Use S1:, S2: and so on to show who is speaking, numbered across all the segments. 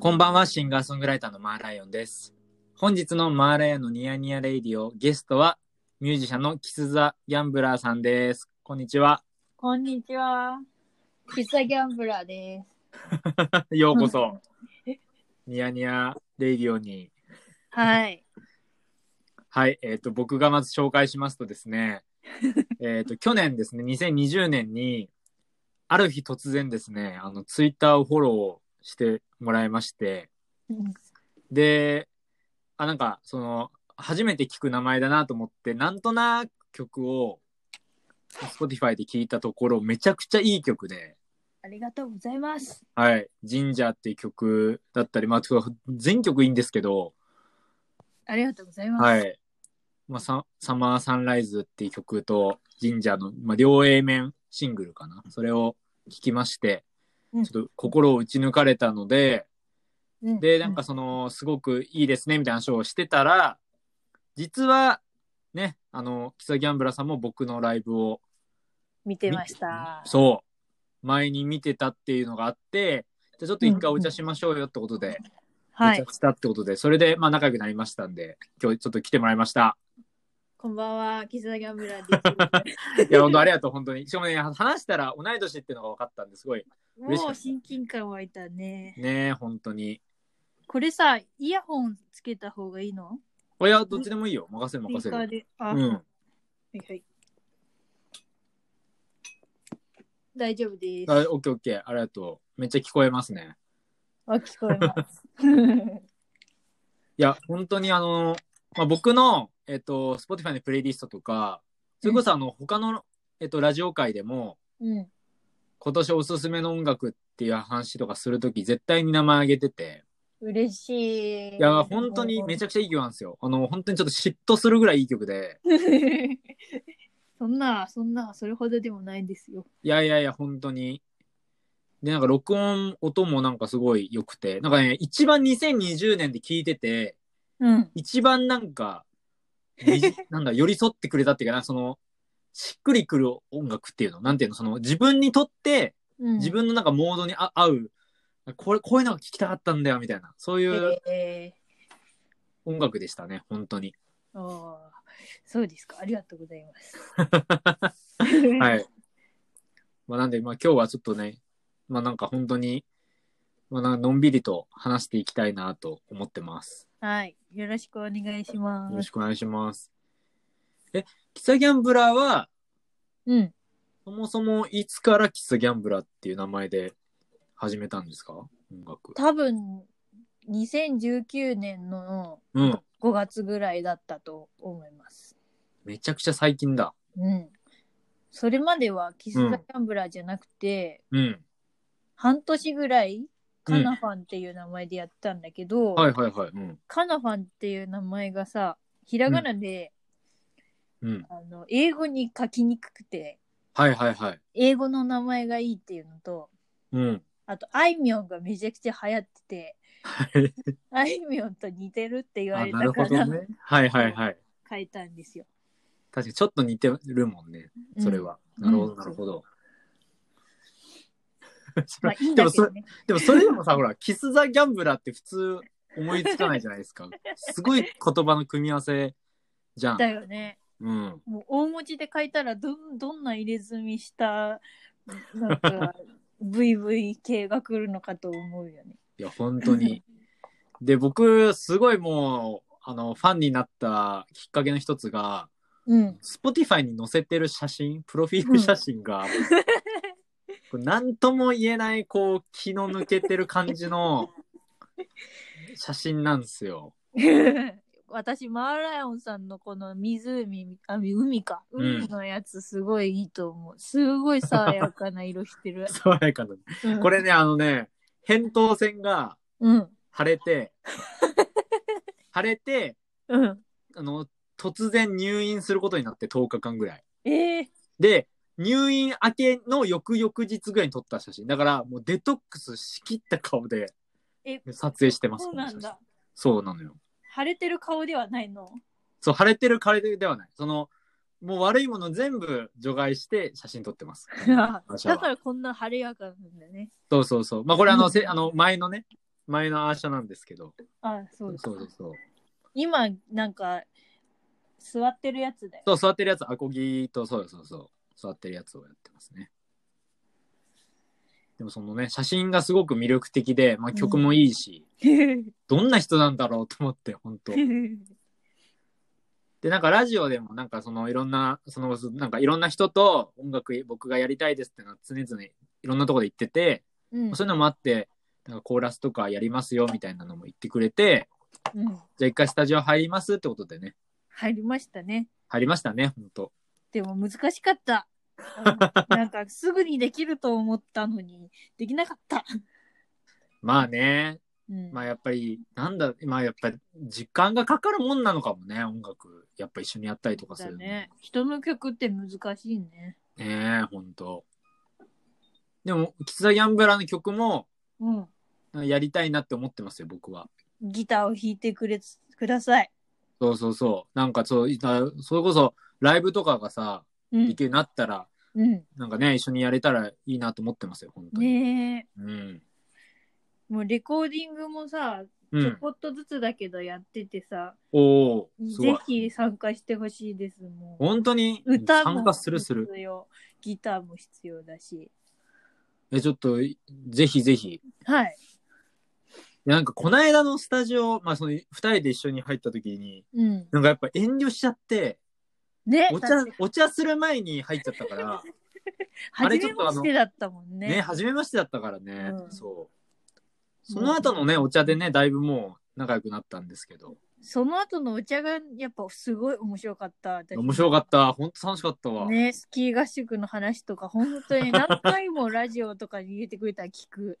S1: こんばんは、シンガーソングライターのマーライオンです。本日のマーライオンのニヤニヤレイディオ、ゲストはミュージシャンのキス・ザ・ギャンブラーさんです。こんにちは。
S2: こんにちは。喫茶ギャンブラーです。
S1: ようこそ。ニヤニヤレイディオに。
S2: はい。
S1: はい、えっ、と、僕がまず紹介しますとですね、えっと、去年ですね、2020年に、ある日突然ですね、あの、ツイッターをフォローしてもらいまして、で、あ、なんか、その、初めて聞く名前だなと思って、なんとなく曲を、Spotify で聞いたところ、めちゃくちゃいい曲で、
S2: ありがとうございます。
S1: はい、ジンジャーっていう曲だったり、まあ、てか全曲いいんですけど、
S2: ありがとうございます。
S1: はい。まあ、ササマーサンライズっていう曲と、ジンジャーの、まあ、両 A 面シングルかな。それを聴きまして、ちょ
S2: う
S1: っ
S2: ん
S1: と心を打ち抜かれたので、
S2: うん
S1: で、なんか、その、すごくいいですね、みたいな話をしてたら、実は、ね、あの、キサギャンブラさんも僕のライブを、
S2: 見てました。
S1: そう、前に見てたっていうのがあって、じゃあちょっと一回お茶しましょうよってことで、
S2: は
S1: お
S2: い
S1: 茶。したってことで、それで、まあ、仲良くなりましたんで、今日ちょっと来てもらいました。
S2: こんばんは。喫茶ギャンブラーで
S1: いや、本 当ありがとう、本当に。しかもね、話したら同い年っていうのが分かったんですごい。
S2: す。
S1: 嬉しか
S2: も
S1: った
S2: う親近感湧いたね。
S1: ねえ、本当に。
S2: これさ、イヤホンつけた方がいいの
S1: いや、どっちでもいいよ。任せる、任
S2: ス
S1: せ
S2: ピーカー
S1: る。
S2: で。あ、
S1: う
S2: は
S1: ん。
S2: いはい。大丈夫です。
S1: あオッケーオッケー。ありがとう。めっちゃ聞こえますね。
S2: あ、聞こえ ます。う
S1: いや、本当にあの、まあ、僕の、えっと、Spotify のプレイリストとか、それこそあの、他の、えっと、ラジオ界でも、
S2: ん。
S1: 今年おすすめの音楽っていう話とかするとき、絶対に名前あげてて、
S2: 嬉しい。
S1: いや、本当にめちゃくちゃいい曲なんですよ。あの、本当にちょっと嫉妬するぐらいいい曲で、
S2: そんな、そんな、それほどでもないんですよ。
S1: いやいやいや、本当に。で、なんか録音、音もなんかすごい良くて、なんかね、一番2020年で聞いてて、
S2: うん。
S1: 一番なんか、み なんだ、寄り添ってくれたっていうかな、その、しっくりくる音楽っていうの、なんていうの、その、自分にとって、
S2: うん、
S1: 自分のなんかモードにあ合う、これ、こういうのが聞きたかったんだよ、みたいな、そういう
S2: え
S1: 音楽でしたね、本当に。
S2: ー、おーそうですか。ありがとうございます。。
S1: はいい。まあ、なんで、まあ、今日はちょっとね、まあ、なんか本当に、まあ、なんかのんびりと話していきたいなと思ってます。
S2: はい。よろしくお願いしま
S1: よろ
S2: す。
S1: しくお願いします。え、キサギャンブラーは、
S2: うん。
S1: そもそもいつからキサギャンブラーっていう名前で始めたんですか音楽。
S2: 多分、2019年の
S1: うん。
S2: 5月ぐらいだったと思います。
S1: めちゃくちゃ最近だ。
S2: うん。それまではキス・ザ・キャンブラーじゃなくて、
S1: うん。
S2: 半年ぐらいカナファンっていう名前でやったんだけど、
S1: はいはいはい。うん。
S2: カナファンっていう名前がさ、ひらがなで、
S1: うん。
S2: あの英語に書きにくくて、
S1: はいはいはい。
S2: 英語の名前がいいっていうのと、
S1: うん。
S2: あと、あいみょんがめちゃくちゃ流行ってて、あいみょんと似てるって言わ
S1: あ、
S2: れ
S1: な
S2: た
S1: る
S2: か
S1: ほ
S2: ら、
S1: どね。はいはいはい。
S2: 書いたんですよ。
S1: 確かにちょっと似てるもんね。それは。
S2: うん
S1: なるほど
S2: うん
S1: なるほど。
S2: うん。まあいいん
S1: で
S2: だ
S1: も
S2: け
S1: そ
S2: ど
S1: れ、
S2: ね。
S1: でもそれでもさ、ほら、キス・ザ・ギャンブラーって普通思いつかないじゃないですか。すごい言葉の組み合わせじゃん。
S2: だよね。
S1: うん。
S2: もう大文字で書いたらどん、どんな入れ墨した、なんか、VV 系が来るのかと思うよね。
S1: いや、本当に。で、僕、すごいもう、あの、ファンになったきっかけの一つが、
S2: うん。
S1: Spotify に載せてる写真、プロフィール写真が、これなんとも言えない、こう、気の抜けてる感じの写真なんですよ。
S2: 私、マーライオンさんのこの湖、あ、海か。
S1: うん。
S2: 海のやつすごいいいと思う。すごい爽やかな色してる
S1: 爽やかな。
S2: う ん
S1: これね、あのね、扁桃腺が
S2: うん。
S1: 腫れて、腫れて、
S2: うん。
S1: あの、突然入院することになって10日間ぐらい。
S2: ええ
S1: で、入院明けの翌々日ぐらいに撮った写真。だから、もうデトックスしきった顔で
S2: え
S1: 撮影してます。
S2: そうなんだ。
S1: そうなのよ。
S2: 腫れてる顔ではないの。。
S1: そう、腫れてる枯れてるではない。その、もう悪いもの全部除外して写真撮ってます
S2: だか
S1: 私は
S2: らこんな晴れやかなんだね。
S1: そうそうそう。まあ、これあ
S2: う
S1: の、
S2: ん
S1: せあの前のね、前のアーシャなんですけど。
S2: あ、そ
S1: そうう
S2: です
S1: そうそう。
S2: 今、なんか、座ってるやつだよ。
S1: そう、座ってるやつ、アコギと、そうそうそう。座ってるやつをやってますね。でもそのね、写真がすごく魅力的で、まあ曲もいいし、どんな人なんだろうと思って、本当で、なんかラジオでも、なんかそのいろんな、その、なんかいろんな人と音楽僕がやりたいですってのは常々いろんなとこで言ってて、
S2: うん
S1: そういうのもあって、なんかコーラスとかやりますよみたいなのも言ってくれて、
S2: うん、
S1: じゃあ一回スタジオ入りますってことでね、
S2: 入りましたね。
S1: 入りましたね、本当
S2: でも難しかった。あのなんかすぐにできると思ったのにできなかった。
S1: まあね、
S2: うん
S1: まあやっぱり、なんだ、まあやっぱり時間がかかるもんなのかもね、音楽。やっぱ一緒にやったりとかす
S2: だ
S1: るの。
S2: ね。人の曲って難しいね。
S1: ねえ、ほんと。でも、キツダギャンブラーの曲も、
S2: うん。
S1: やりたいなって思ってますよ、僕は。
S2: ギターを弾いてくれつください。
S1: そうそうそう。なんかそう、いたそれこそ、ライブとかがさ、
S2: う
S1: で
S2: ん。
S1: きるようになったら、
S2: うん。
S1: なんかね、一緒にやれたらいいなと思ってますよ、本当に。
S2: ね
S1: うん。
S2: え。もうレコーディングもさ、
S1: う
S2: ちょ
S1: ん。
S2: こっとずつだけどやっててさ、
S1: おおすご
S2: ぜ
S1: い。
S2: ひ参加してほしいです。もう
S1: 本当に、
S2: 歌
S1: 参
S2: も
S1: 加するする。
S2: 必要。ギターも必要だし。
S1: え、ちょっと、ぜひぜひ。
S2: はい。
S1: いやなんか、この間のスタジオ、まあ、その、二人で一緒に入った時に、
S2: うん。
S1: なんかやっぱ遠慮しちゃって、
S2: ね
S1: お茶、お茶する前に入っちゃったから、あ
S2: 初
S1: れちょ
S2: め
S1: っとあ
S2: ま
S1: の
S2: してだったも んね。
S1: ね、初めましてだったからね、
S2: うん
S1: そう。その後のね、お茶でね、だいぶもう仲良くなったんですけど、
S2: その後のお茶がやっぱすごい面白かった。私
S1: 面白かった。ほんと楽しかったわ。
S2: ね、スキー合宿の話とか、本当に何回もラジオとかに入れてくれたら聞 く。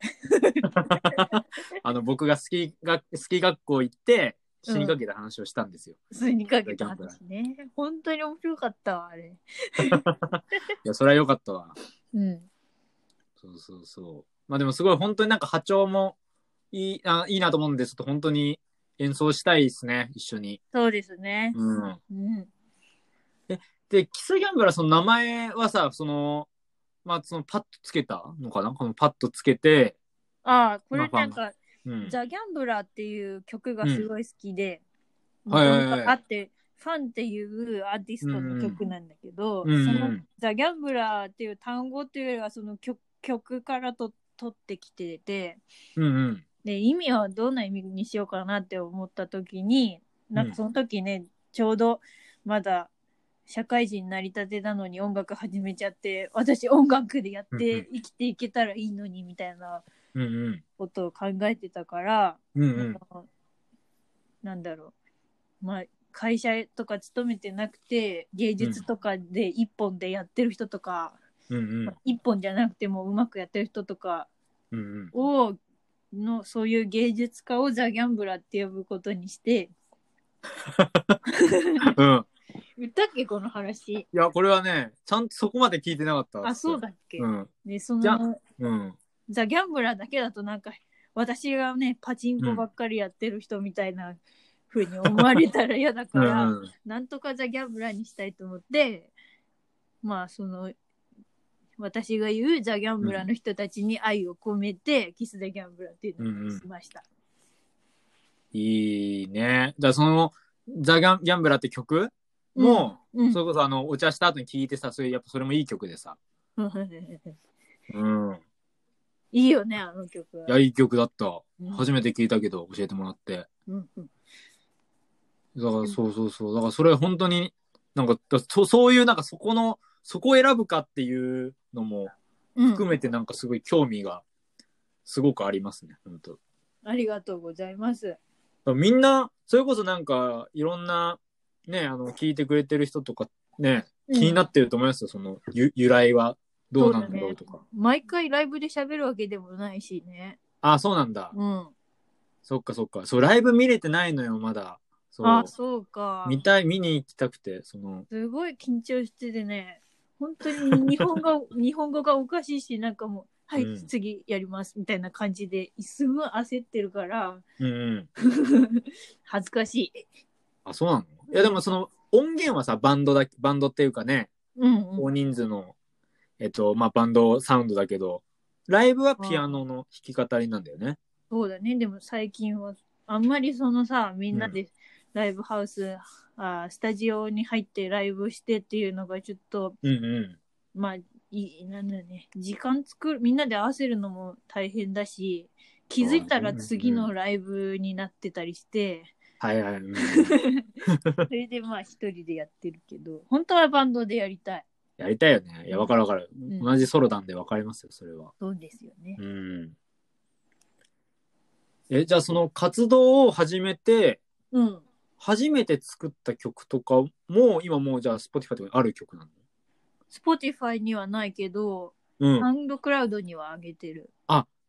S1: あの、僕がスキーが、スキー学校行って、死にかけた話をしたんですよ。
S2: それにかけた話ね。本当に面白かったわ、あれ。
S1: いや、それは良かったわ。
S2: うん。
S1: そうそうそう。まあでもすごい本当になんか波長もいい、あいいなと思うんで、ちょっと本当に演奏したいですね、一緒に。
S2: そうですね。
S1: うん。
S2: うん。
S1: で、キスギャンブラーその名前はさ、その、まあそのパッとつけたのかなこのパッとつけて、
S2: ああ、これなんか、
S1: うん。
S2: ザ・ギャンブラーっていう曲がすごい好きで、
S1: うんはいはいはい
S2: あって、ファンっていうアーティストの曲なんだけど、
S1: うん
S2: そうの
S1: ん
S2: ザ・ギャンブラーっていう単語っていうよりは、その曲曲からと取ってきてて、
S1: うんうん。
S2: で、意味はどんな意味にしようかなって思った時に、なんかその時ね、ちょうどまだ社会人になりたてなのに音楽始めちゃって、私音楽でやって生きていけたらいいのにみたいな
S1: うんうん。
S2: ことを考えてたから、
S1: うんう
S2: なん
S1: ん。
S2: かなんだろう、まあ、会社とか勤めてなくて芸術とかで一本でやってる人とか、
S1: うんうん
S2: まあ。一本じゃなくてもうまくやってる人とか
S1: うんうん。
S2: をのそういう芸術家をザ・ギャンブラーって呼ぶことにして
S1: うん。
S2: 言ったっけこの話
S1: いや、これはね、ちゃんとそこまで聞いてなかった。
S2: あそうだっけ、
S1: うん。
S2: ねそ
S1: じゃ
S2: の
S1: うん。
S2: ザ・ギャンブラーだけだとなんか私がねパチンコばっかりやってる人みたいな風に思われたら嫌だ
S1: う
S2: か
S1: んう
S2: ら。
S1: ん。
S2: なんとかザ・ギャンブラーにしたいと思って、まあその、私が言うザ・ギャンブラーの人たちに愛を込めて、キス・ザ・ギャンブラーっていうのをしました。
S1: いいね。じゃあ、その、ザ・ギャンギャンブラーって曲も
S2: うん、
S1: それこそあの、お茶した後に聴いてさ、それ、やっぱそれもいい曲でさ。うん。
S2: いいよね、あの曲はい
S1: や、。いい曲だった。
S2: うん
S1: 初めて聴いたけど、教えてもらって。
S2: うんうん
S1: だから、そうそうそう。だから、それ本当に、なんか、だそそういう、なんかそこの、そこを選ぶかっていうのも
S2: うん
S1: 含めて、なんかすごい興味が、すごくありますね、本当
S2: ありがとうございます。
S1: みんな、それこそなんか、いろんな、ね、あの、聞いてくれてる人とか、ね、気にな
S2: っ
S1: ってると思いますよ、その、ゆ由来はどうなんだろうとか。
S2: 毎回ライブで喋るわけでもないしね。
S1: あ、そうなんだ。
S2: うん。
S1: そっかそっか。そう、ライブ見れてないのよ、まだ。そう。
S2: あ、そうか。
S1: 見たい、見に行きたくて、その、
S2: すごい緊張しててね、本当に日 本語日本語がおかしいし、なんかもう、はい、
S1: うん
S2: 次やりますみたいな感じで、すごい焦ってるから、
S1: うんうん。
S2: 恥ずかしい。
S1: あ、そうなのいや、でもその、音源はさ、バンドだ、バンドっていうかね、
S2: うん、うん
S1: 大人数の、えっと、まあ、バンドサウンドだけど、ライブはピアノの弾き語りなんだよね。
S2: そうだね。でも最近は、あんまりそのさ、みんなでライブハウス、あースタジオに入ってライブしてっていうのがちょっと、
S1: うんう
S2: まあ、いいなんだろうね。時間作る、みんなで合わせるのも大変だし、気づいたら次のライブになってたりして、
S1: ん。はいはい。うん
S2: それでまあ一人でやってるけど、本当はバンドでやりたい。
S1: やりたいよね。いや、わかるわかる。
S2: ん
S1: 同じソロなんでわかりますよ、それは。
S2: そうですよね。
S1: うん。え、じゃあその活動を始めて、
S2: うん。
S1: 初めて作った曲とかも、今もうじゃあ Spotify とかにある曲なの
S2: Spotify にはないけど、
S1: うん。
S2: ハンドクラウドには上げてる。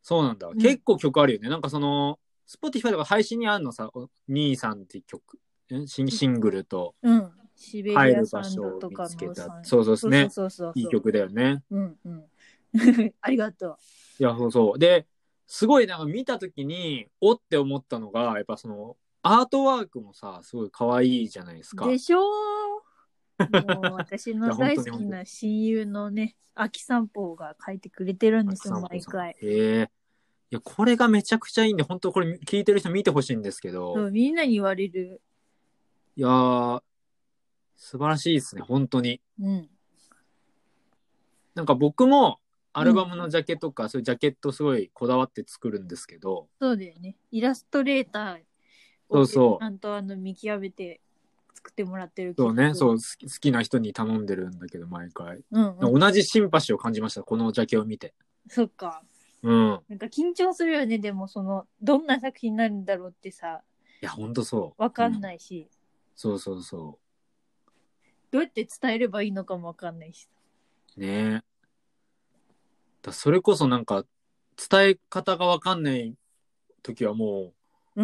S1: そうなんだ。
S2: ん
S1: 結構曲あるよね。なんかその、Spotify とか配信にあるのさ、お兄さんって曲。んシンシングルと
S2: うん。シベリ
S1: 入
S2: ア
S1: る
S2: サ
S1: 場
S2: ン
S1: 所
S2: ド
S1: を
S2: と
S1: 見
S2: かの
S1: つけた
S2: さ。
S1: そうそうですね。
S2: そうそうそうそう。
S1: いい。曲だよね。
S2: うんうん。 ありがと
S1: いや、そうそう。で、すごいなんか見たときに、おって思ったのが、やっぱその、アートワークもさ、すごい可愛いじゃないですか。
S2: う。でしょーもう私
S1: いや
S2: の
S1: 本当に
S2: 大好きな親友の ね、秋散歩が書いてくれてるんですよ、毎回。
S1: ええいや、これがめちゃくちゃいいんで、本当これ聞いてる人見てほしいんですけど、
S2: そうみんなに言われる。
S1: いやー、素晴らしいですね、本当に。
S2: うん。
S1: なんか僕も、アルバムのジャケとか、そういうジャケットすごいこだわって作るんですけど、
S2: そうだよね。イラストレーター
S1: そうそう
S2: ちゃんとあの見極めて作ってもらってるけ
S1: そ
S2: ど
S1: うね、そう、好き好きな人に頼んでるんだけど、毎回。
S2: うんうん。
S1: 同じシンパシーを感じました、このジャケを見て。
S2: そっか。
S1: うん。
S2: なんか緊張するよね、でもその、どんな作品になるんだろうってさ、
S1: いや、ほんとそう。
S2: わかん
S1: い。
S2: ないし、
S1: そうそうそ
S2: どうやって伝えればいいのかもわかんないし。
S1: う。ねだそれこそなんか、伝え方がわかんない時はも
S2: う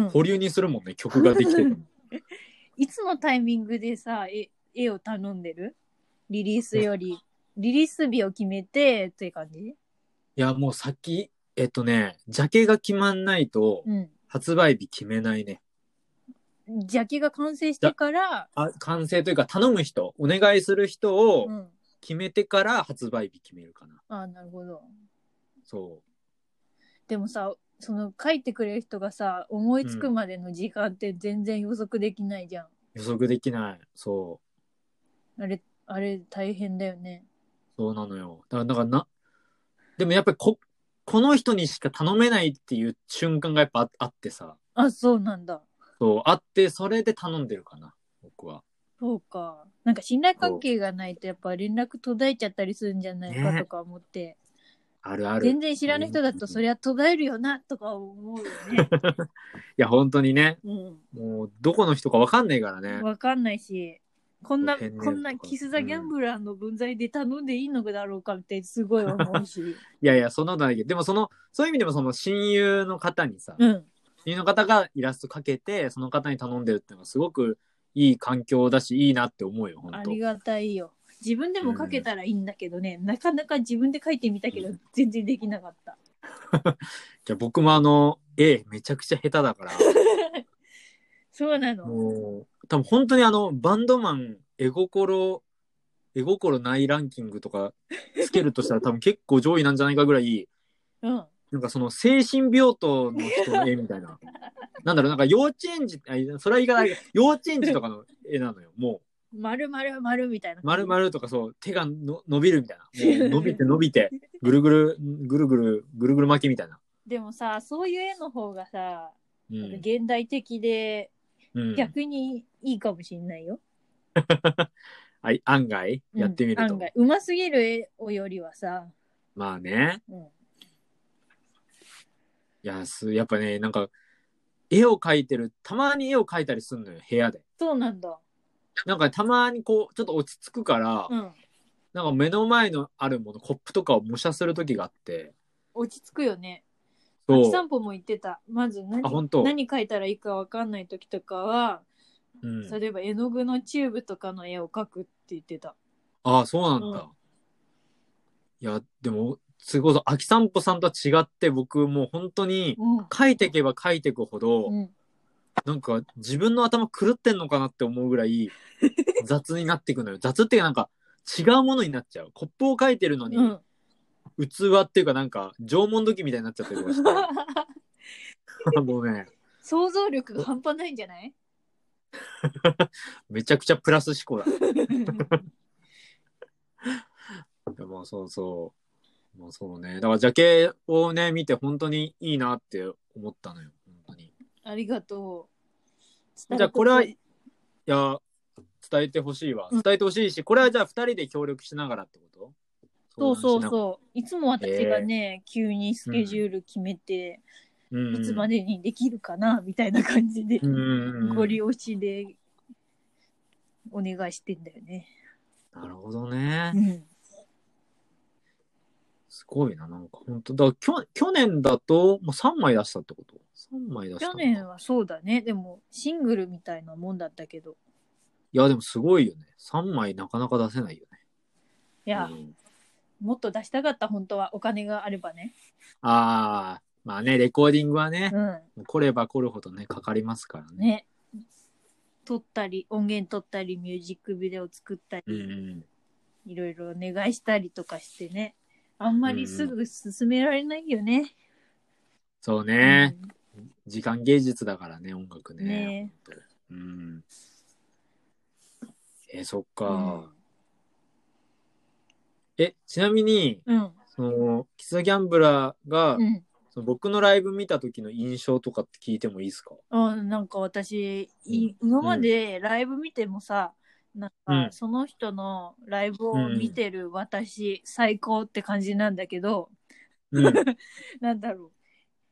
S1: う、
S2: ん。
S1: 保留にするもんね、曲ができて る
S2: いつのタイミングでさ、絵絵を頼んでるリリースより、リリース日を決めてっていう感じ
S1: いや、もう先、えっとね、ジャケが決まんないと、
S2: うん。
S1: 発売日決めないね。
S2: ジャケが完成してから、
S1: あ完成というか、頼む人、お願いする人を
S2: うん。
S1: 決めてから発売日決めるかな。
S2: ああ、なるほど。
S1: そ
S2: でもさ、その書いてくれる人がさ、思いつくまでの時間って全然予測できないじゃん。
S1: う。予測できない。そう。
S2: あれ、あれ大変だよね。
S1: そうなのよ。だから、だからな、でもやっぱりこ、この人にしか頼めないっていう瞬間がやっぱああってさ、
S2: あ、そうなんだ。
S1: そう、あって、それで頼んでるかな、僕は。
S2: そうか。なんか信頼関係がないとやっぱ連絡途絶えちゃったりするんじゃないかとか思って、
S1: あるある。
S2: 全然知らない人だとそりゃ途絶えるよなとか思うよね。
S1: いや、本当にね、
S2: う
S1: もう、どこの人かわかんないからね
S2: ん。。わかんないし、こんな、
S1: 天然
S2: こんな
S1: とか
S2: キス・ザ・ギャンブラーの分際で頼んでいいのだろうかってすごい思 うし。
S1: いやいや、そんなことないけど、でもその、そういう意味でもその親友の方にさ、
S2: うん。
S1: 親友の方がイラストかけて、その方に頼んでるっていうのはすごくいい環境だし、いいなって思うよ、本
S2: あ
S1: 当
S2: りがたいよ。自分でも書けたらいいんだけどね、なかなか自分で書いてみたけど全然できなかった。
S1: じゃあ僕もあの、絵めちゃくちゃ下手だから。
S2: そうなの。
S1: もう、多分本当にあの、バンドマン、絵心、絵心ないランキングとかつけるとしたら多分結構上位なんじゃないかぐらい、
S2: うん。
S1: なんかその精神病棟の人の絵みたいな。なんだろう、なんか幼稚園児、あいやそれはいかないけど、幼稚園児とかの絵なのよ。も
S2: 丸々丸みたいな。
S1: う、丸々とかそう、手がの伸びるみたい な。もう伸びて伸びて、ぐるぐる、ぐるぐる、ぐるぐる巻きみたいな。
S2: でもさ、そういう絵の方がさ、
S1: うん。
S2: 現代的で
S1: うん、
S2: 逆にいいかもしんないよ。
S1: あい案外、やってみると。
S2: うん、案外うますぎる絵をよりはさ、
S1: まあね。
S2: うん、
S1: いや、す、やっぱね、なんか、絵を描いてる、たまに絵を描いたりすんのよ、部屋で。
S2: そうなんだ。
S1: なんか、たまにこう、ちょっと落ち着くから、
S2: うん。
S1: なんか目の前のあるもの、コップとかを模写する時があって、
S2: 落ち着くよね。
S1: そ
S2: 秋
S1: う、
S2: 散歩も言ってた。まず何
S1: あ本当
S2: 何描いたらいいかわかんない時とかは、
S1: うん、
S2: 例えば絵の具のチューブとかの絵を描くって言ってた。
S1: ああ、そうなんだ。
S2: う
S1: いや、でも、それこそ、秋散歩さんとは違って、僕、もう本当に、
S2: うん。
S1: 描いていけば描いていくほど、
S2: うん、
S1: なんか、自分の頭狂ってんのかなって思うぐら い、雑になっていくのよ。雑っていうか、なんか、違うものになっちゃう。コップを描いてるのに、
S2: うん、
S1: 器っていうかなんか縄文土器みたいになっちゃったりとかして もうね、
S2: 想像力が半端ないんじ ゃない
S1: めちゃくちゃプラス思考だ。でもそうそう。もうそうね。だからジャケをね、見て本当にいいなって思ったのよ。本当に。い
S2: ありがとう。
S1: じゃあこれは
S2: 伝
S1: や、伝えてほしいわ。伝えてほしいし、これはじゃあ二人で協力しながらってこと
S2: そうそう
S1: う。
S2: そう。いつも私がね、急にスケジュール決めて、
S1: うん、
S2: いつまでにできるかな、みたいな感じで、
S1: うんうんうん
S2: ご利用しでお願いしてんだよね。
S1: なるほどね
S2: う。ん。
S1: すごいな、なんか本当だからきょ去年だと、もう3枚出したってこと ?3 枚出したのか。
S2: 去年はそうだね。でも、シングルみたいなもんだったけど。
S1: いや、でもすごいよね。3枚なかなか出せないよね。
S2: いや、
S1: うん
S2: もっと出したかった、本当は。お金があればね。
S1: ああ、まあね、レコーディングはね、
S2: うん。
S1: 来れば来るほどね、かかりますからね。
S2: ね。撮ったり、音源撮ったり、ミュージックビデオ作ったり、
S1: うん。
S2: いろいろお願いしたりとかしてね。あんまりすぐ進められないよね。
S1: そうね。時間芸術だからね、音楽ね。
S2: ね
S1: ほんとうん。えーそっ
S2: う
S1: か、
S2: ん。
S1: え、ちなみに、
S2: うん。
S1: その、キス・ギャンブラーが、
S2: うん。
S1: その僕のライブ見た時の印象とかって聞いてもいいですか
S2: あなんか私、い今までライブ見てもさ、なん
S1: うん
S2: かその人のライブを見てる私、最高って感じなんだけど、
S1: うん。
S2: なんだろ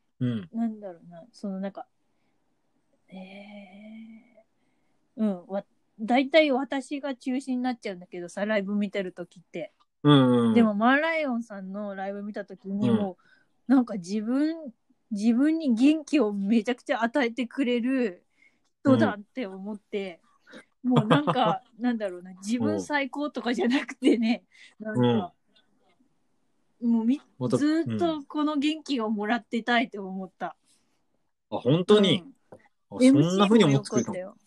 S1: うん。
S2: う、なんだろうな、そのなんか、えー、うん、わ、大体私が中心になっちゃうんだけどさ、ライブ見てるときって。
S1: うん、うん。
S2: でも、マーライオンさんのライブ見たときに
S1: うん
S2: もう、なんか自分、自分に元気をめちゃくちゃ与えてくれる人だって思って、もうなん か、なんだろうな、自
S1: うん
S2: 分最高とかじゃなくてね、なんか、もうみ
S1: もっと
S2: ずーっ
S1: う
S2: とこの元気をもらってたいって思った。
S1: あ、本当に、あ
S2: うん、
S1: そんな風に思
S2: MC も
S1: っ
S2: 良
S1: て
S2: か
S1: く
S2: っ
S1: れた
S2: た
S1: の
S2: よ。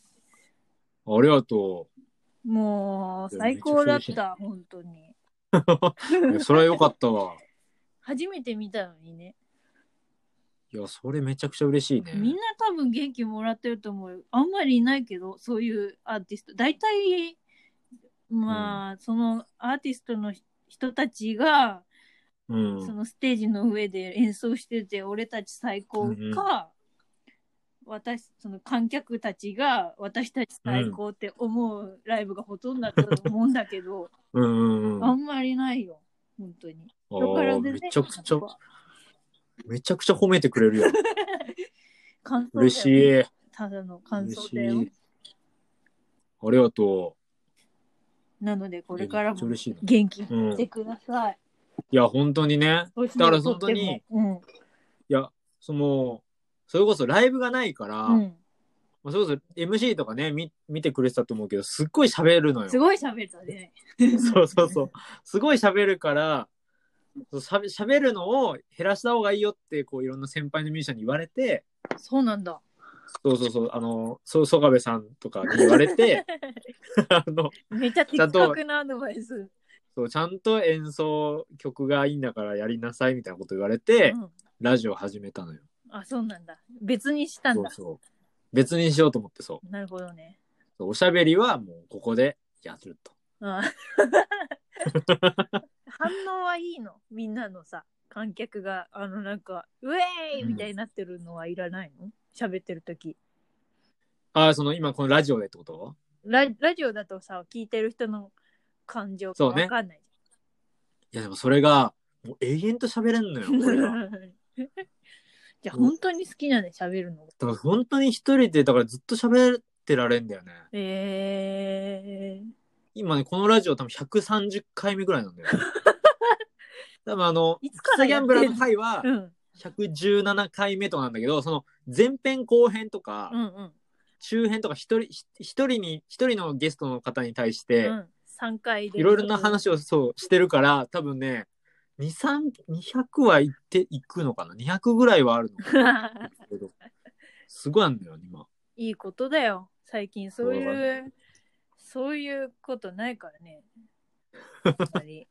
S1: ありがと
S2: もう、最高だった、本当に。
S1: う。いやそれはよかった わ。
S2: 初めて見たのにね。
S1: いや、それめちゃくちゃ嬉しいね。
S2: みんな多分元気もらってると思うよ。あんまりいないけど、そういうアーティスト。大体、まあ、そのアーティストの人たちが、
S1: うん。
S2: そのステージの上で演奏してて、俺たち最高
S1: うんうん
S2: か、私、その観客たちが私たち最高って思うライブがほとんどだと思うんだけど、
S1: うんうんうん。
S2: あ
S1: あ
S2: んまりないよ。本当に。だから
S1: ー
S2: で
S1: め
S2: ね
S1: ちゃくちゃ
S2: やっ、ぱ
S1: めちゃくちゃ褒めてくれる よ。
S2: 感想だよ
S1: 嬉しい。
S2: ただの感
S1: 嬉
S2: 想
S1: し
S2: だよ
S1: い。。ありがと
S2: なので、
S1: う。
S2: これから
S1: めっちゃ
S2: も
S1: 嬉しいな。
S2: 元気に
S1: うん。
S2: し
S1: い
S2: てください。
S1: や、本当にね。だから本当に、い
S2: うん。
S1: や、その、それこそライブがないから、
S2: う
S1: ま
S2: ん。
S1: あそれこそ MC とかね、み見てくれてたと思うけど、すっごい喋るのよ。
S2: すごい喋ったね。
S1: そうそうそう。すごい喋るから、そうしゃべ喋るのを減らした方がいいよって、こう、いろんな先輩のミュージシャンに言われて、
S2: そうなんだ。
S1: そうそうそう、あの、そう、曽我部さんとかに言われ て、あの、
S2: めっちゃ的確なアドバイス。
S1: そう、ちゃんと演奏曲がいいんだからやりなさいみたいなこと言われて、
S2: うん
S1: ラジオ始めたのよ。
S2: あ、そうなんだ。別にしたん
S1: そう
S2: だ。
S1: そう。別にしようと思ってそう
S2: なるほどね。
S1: そう。おしゃべりはもうここでやると。
S2: あ反応はいいのみんなのさ、観客が、あの、なんか、ウェーイみたいになってるのはいらないの喋ってる時
S1: ああ、その今このラジオでってこと
S2: ララジオだとさ、聞いてる人の感情が
S1: そうね
S2: わ かんない。
S1: いや、でもそれが、もう永遠と喋れん のよ、これが。
S2: じゃあ、本当に好きなね、喋るのが。
S1: だから本当に一人で、だからずっと喋ってられんだよね。
S2: えー、
S1: 今ね、このラジオ多分130回目ぐらいなんだよ。 多分あの、
S2: いつから
S1: キ
S2: や
S1: ャ
S2: っ
S1: ン
S2: てん
S1: ブ
S2: の
S1: ラーの回は
S2: うん、
S1: 117回目とかなんだけど、その前編後編とか
S2: う、ん、うん。
S1: 中編とか一人、ひ一人に、一人のゲストの方に対して
S2: う、ん、3回で。
S1: いろいろな 話をそうしてるから、多分ね、2、3、200はいっていくのかな ?200 ぐらいはあるのかなけどすごいあんだよ、今。
S2: いいことだよ。最近そう
S1: そう
S2: い
S1: だ
S2: う、そういうことないからね。やっぱ り。
S1: い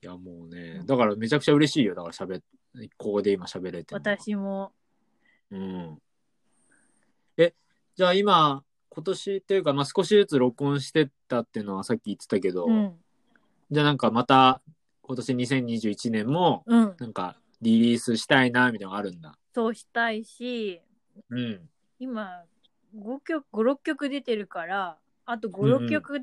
S1: や、もうね、だからめちゃくちゃ嬉しいよ。だから喋っ、ここで今喋れてるのは。
S2: 私も
S1: うん。え、じゃあ今、今年っていうか、まあ、少しずつ録音してったっていうのはさっき言ってたけど、
S2: うん。
S1: じゃあなんかまた今年2021年も、
S2: うん。
S1: なんかリリースしたいな、みたいなのがあるんだ。
S2: そうしたいし、
S1: うん。
S2: 今、5曲、5、6曲出てるから、あと
S1: うんう
S2: 5、
S1: ん
S2: 6曲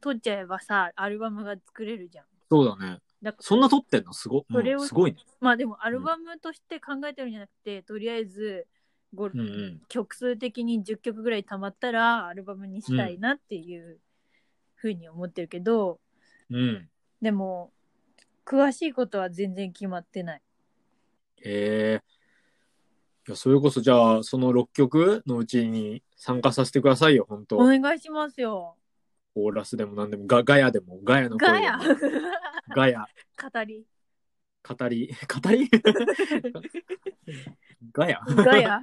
S2: 取っちゃえばさ、アルバムが作れるじゃん。
S1: そうだね。
S2: だから
S1: そんな撮ってんのすご、う
S2: それを
S1: ん、すごいね。
S2: まあでもアルバムとして考えてるんじゃなくて、とりあえずご
S1: うんうん。
S2: 曲数的に10曲ぐらい溜まったらアルバムにしたいなっていうふうに思ってるけど、
S1: うん。
S2: でも詳しいことは全然決まってない。
S1: へえ。いや、それこそじゃあ、その6曲のうちに参加させてくださいよ、本当
S2: お願いしますよ。
S1: コーラスでも何でも、ガガヤでも、ガヤの声
S2: ガ
S1: で
S2: ヤ
S1: も。ガヤ。
S2: 語り。
S1: 語り、語 りガヤ、
S2: ガ ヤ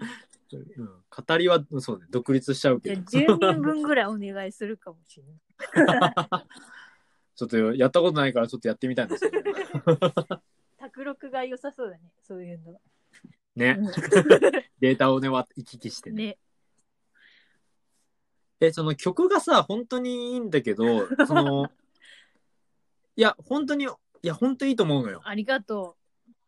S1: うん、語りは、そうね、独立しちゃう
S2: じゃ
S1: け
S2: あ
S1: ど。
S2: 10人分ぐらいお願いするかもしれない。
S1: ちょっとやったことないからちょっとやってみたいんですよね。
S2: 卓録が良さそうだね、そういうの。
S1: ね、データをね、わ行き来して
S2: うん
S1: ね。
S2: ね。
S1: え、その曲がさ、本当にいいんだけど、その、いや、本当に、いや、本当にいいと思うのよ。
S2: ありがと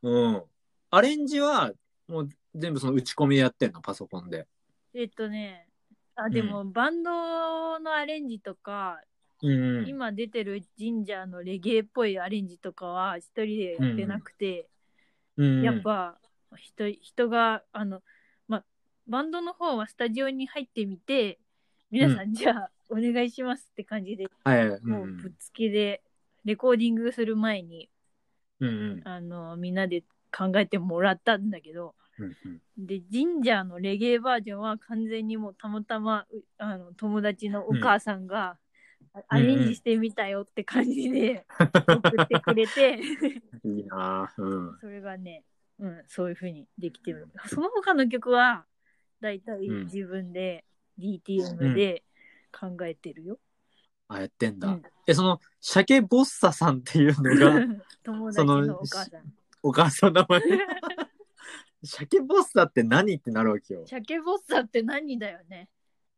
S1: うん。アレンジは、もう全部その打ち込みでやってんの、パソコンで。
S2: う。えっとね、あ、でも、バンドのアレンジとか、
S1: うん。
S2: 今出てる神社のレゲエっぽいアレンジとかは一人でやってなくて、
S1: うん、
S2: やっぱ人人があの、ま、バンドの方はスタジオに入ってみて皆さん、じゃあお願いしますって感じで、
S1: はい、うん
S2: もうぶっつけでレコーディングする前に
S1: うんうん
S2: あのみんなで考えてもらったんだけど
S1: うんうん。
S2: で神社のレゲエバージョンは完全にもうたまたまうあの友達のお母さんが、あアレンジしてみたよって感じで送ってく れて、
S1: いいなぁ。うん。
S2: それがね、うん、そういうふうにできてる。その他の曲は、だいたい
S1: うん
S2: 自分で DTM で考えてるよ。
S1: あ、やってんだ。
S2: うん
S1: え、その、鮭ボッサさんっていうのが、
S2: 友達のお母さん。
S1: お母さんの名前。鮭ボッサって何ってなるわけよ。
S2: 鮭ボッサって何だよね。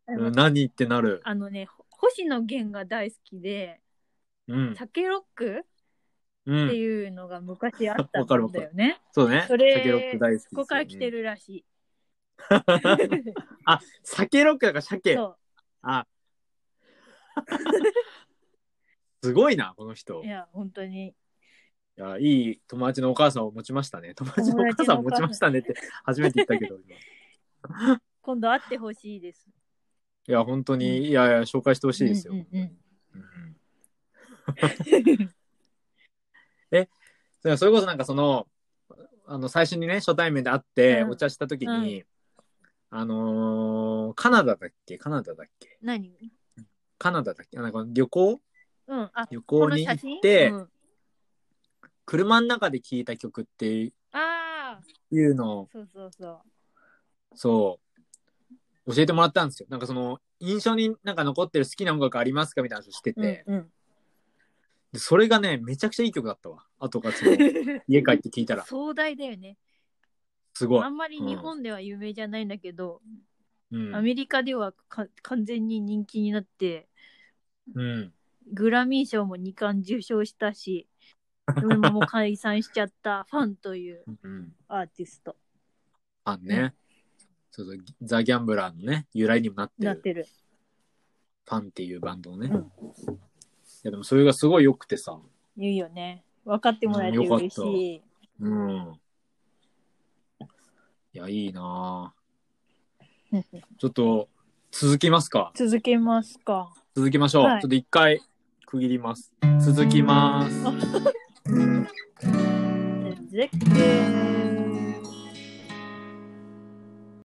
S2: あの
S1: うん何ってなる。
S2: あのね、ほ星野源が大好きで、
S1: うん。
S2: 鮭ロック
S1: う
S2: って
S1: ん。
S2: いうのが昔あった
S1: わかるわ
S2: ん
S1: か
S2: だ
S1: る
S2: よね。
S1: そうね。
S2: それ
S1: 鮭ロック大好きですよ。
S2: そこから来てる らし
S1: うん。
S2: い。
S1: あ、鮭ロックだから鮭
S2: そ。う。
S1: あ。 すごいな、この 人。
S2: い
S1: い
S2: や、本当に。
S1: や、いい友達のお母さんを持ちましたね。友達のお母さんを持ちましたねって初めて言ったけど。今
S2: 今度会ってほしいです。
S1: いや、本当に、
S2: うん
S1: いやいや、紹介してほしいですよ。
S2: うんうんう
S1: う
S2: ん
S1: ん それそれこそなんかその、あの、最初にね、初対面で会って、
S2: うん
S1: お茶した時に、あのーカナダだっけカナダだっけ
S2: 何
S1: カナダだっけなんか旅行
S2: うん。あ、
S1: 旅
S2: こ
S1: 行
S2: の
S1: に
S2: 写
S1: 行
S2: 真
S1: って、
S2: うん
S1: 車の中で聴いた曲ってい
S2: ああ、
S1: うのを、
S2: そうそうそう。
S1: そう、教えてもらったんですよ。なんかその、印象になんか残ってる好きな音楽ありますかみたいな話をしてて、
S2: うん
S1: でそれがね、めちゃくちゃいい曲だったわ。後からそ の家帰って聴いたら、
S2: 壮大だよね。
S1: すごい
S2: あ。んまり日本では有名じゃないんだけど、
S1: うん
S2: ア。メリカではか完全に人気になって、
S1: うん、
S2: グラミー賞も2冠受賞した し、ドラマも解散しちゃったファンという
S1: うん。
S2: アーティスト
S1: あんね。そうそう、ザ・ギャンブラーのね、由来にもなって
S2: になっ
S1: る、
S2: てる。
S1: ファンっていうバンドをね。
S2: うん
S1: いや、でもそれがすごい良くてさ。
S2: 言うよね。分かってもらえて嬉しい。
S1: うん。いや、いいな
S2: うん
S1: ぁちょっと、続きますか。
S2: 続けますか。
S1: 続きましょう。
S2: はい
S1: ちょっと一回区切ります。続きます。
S2: 続け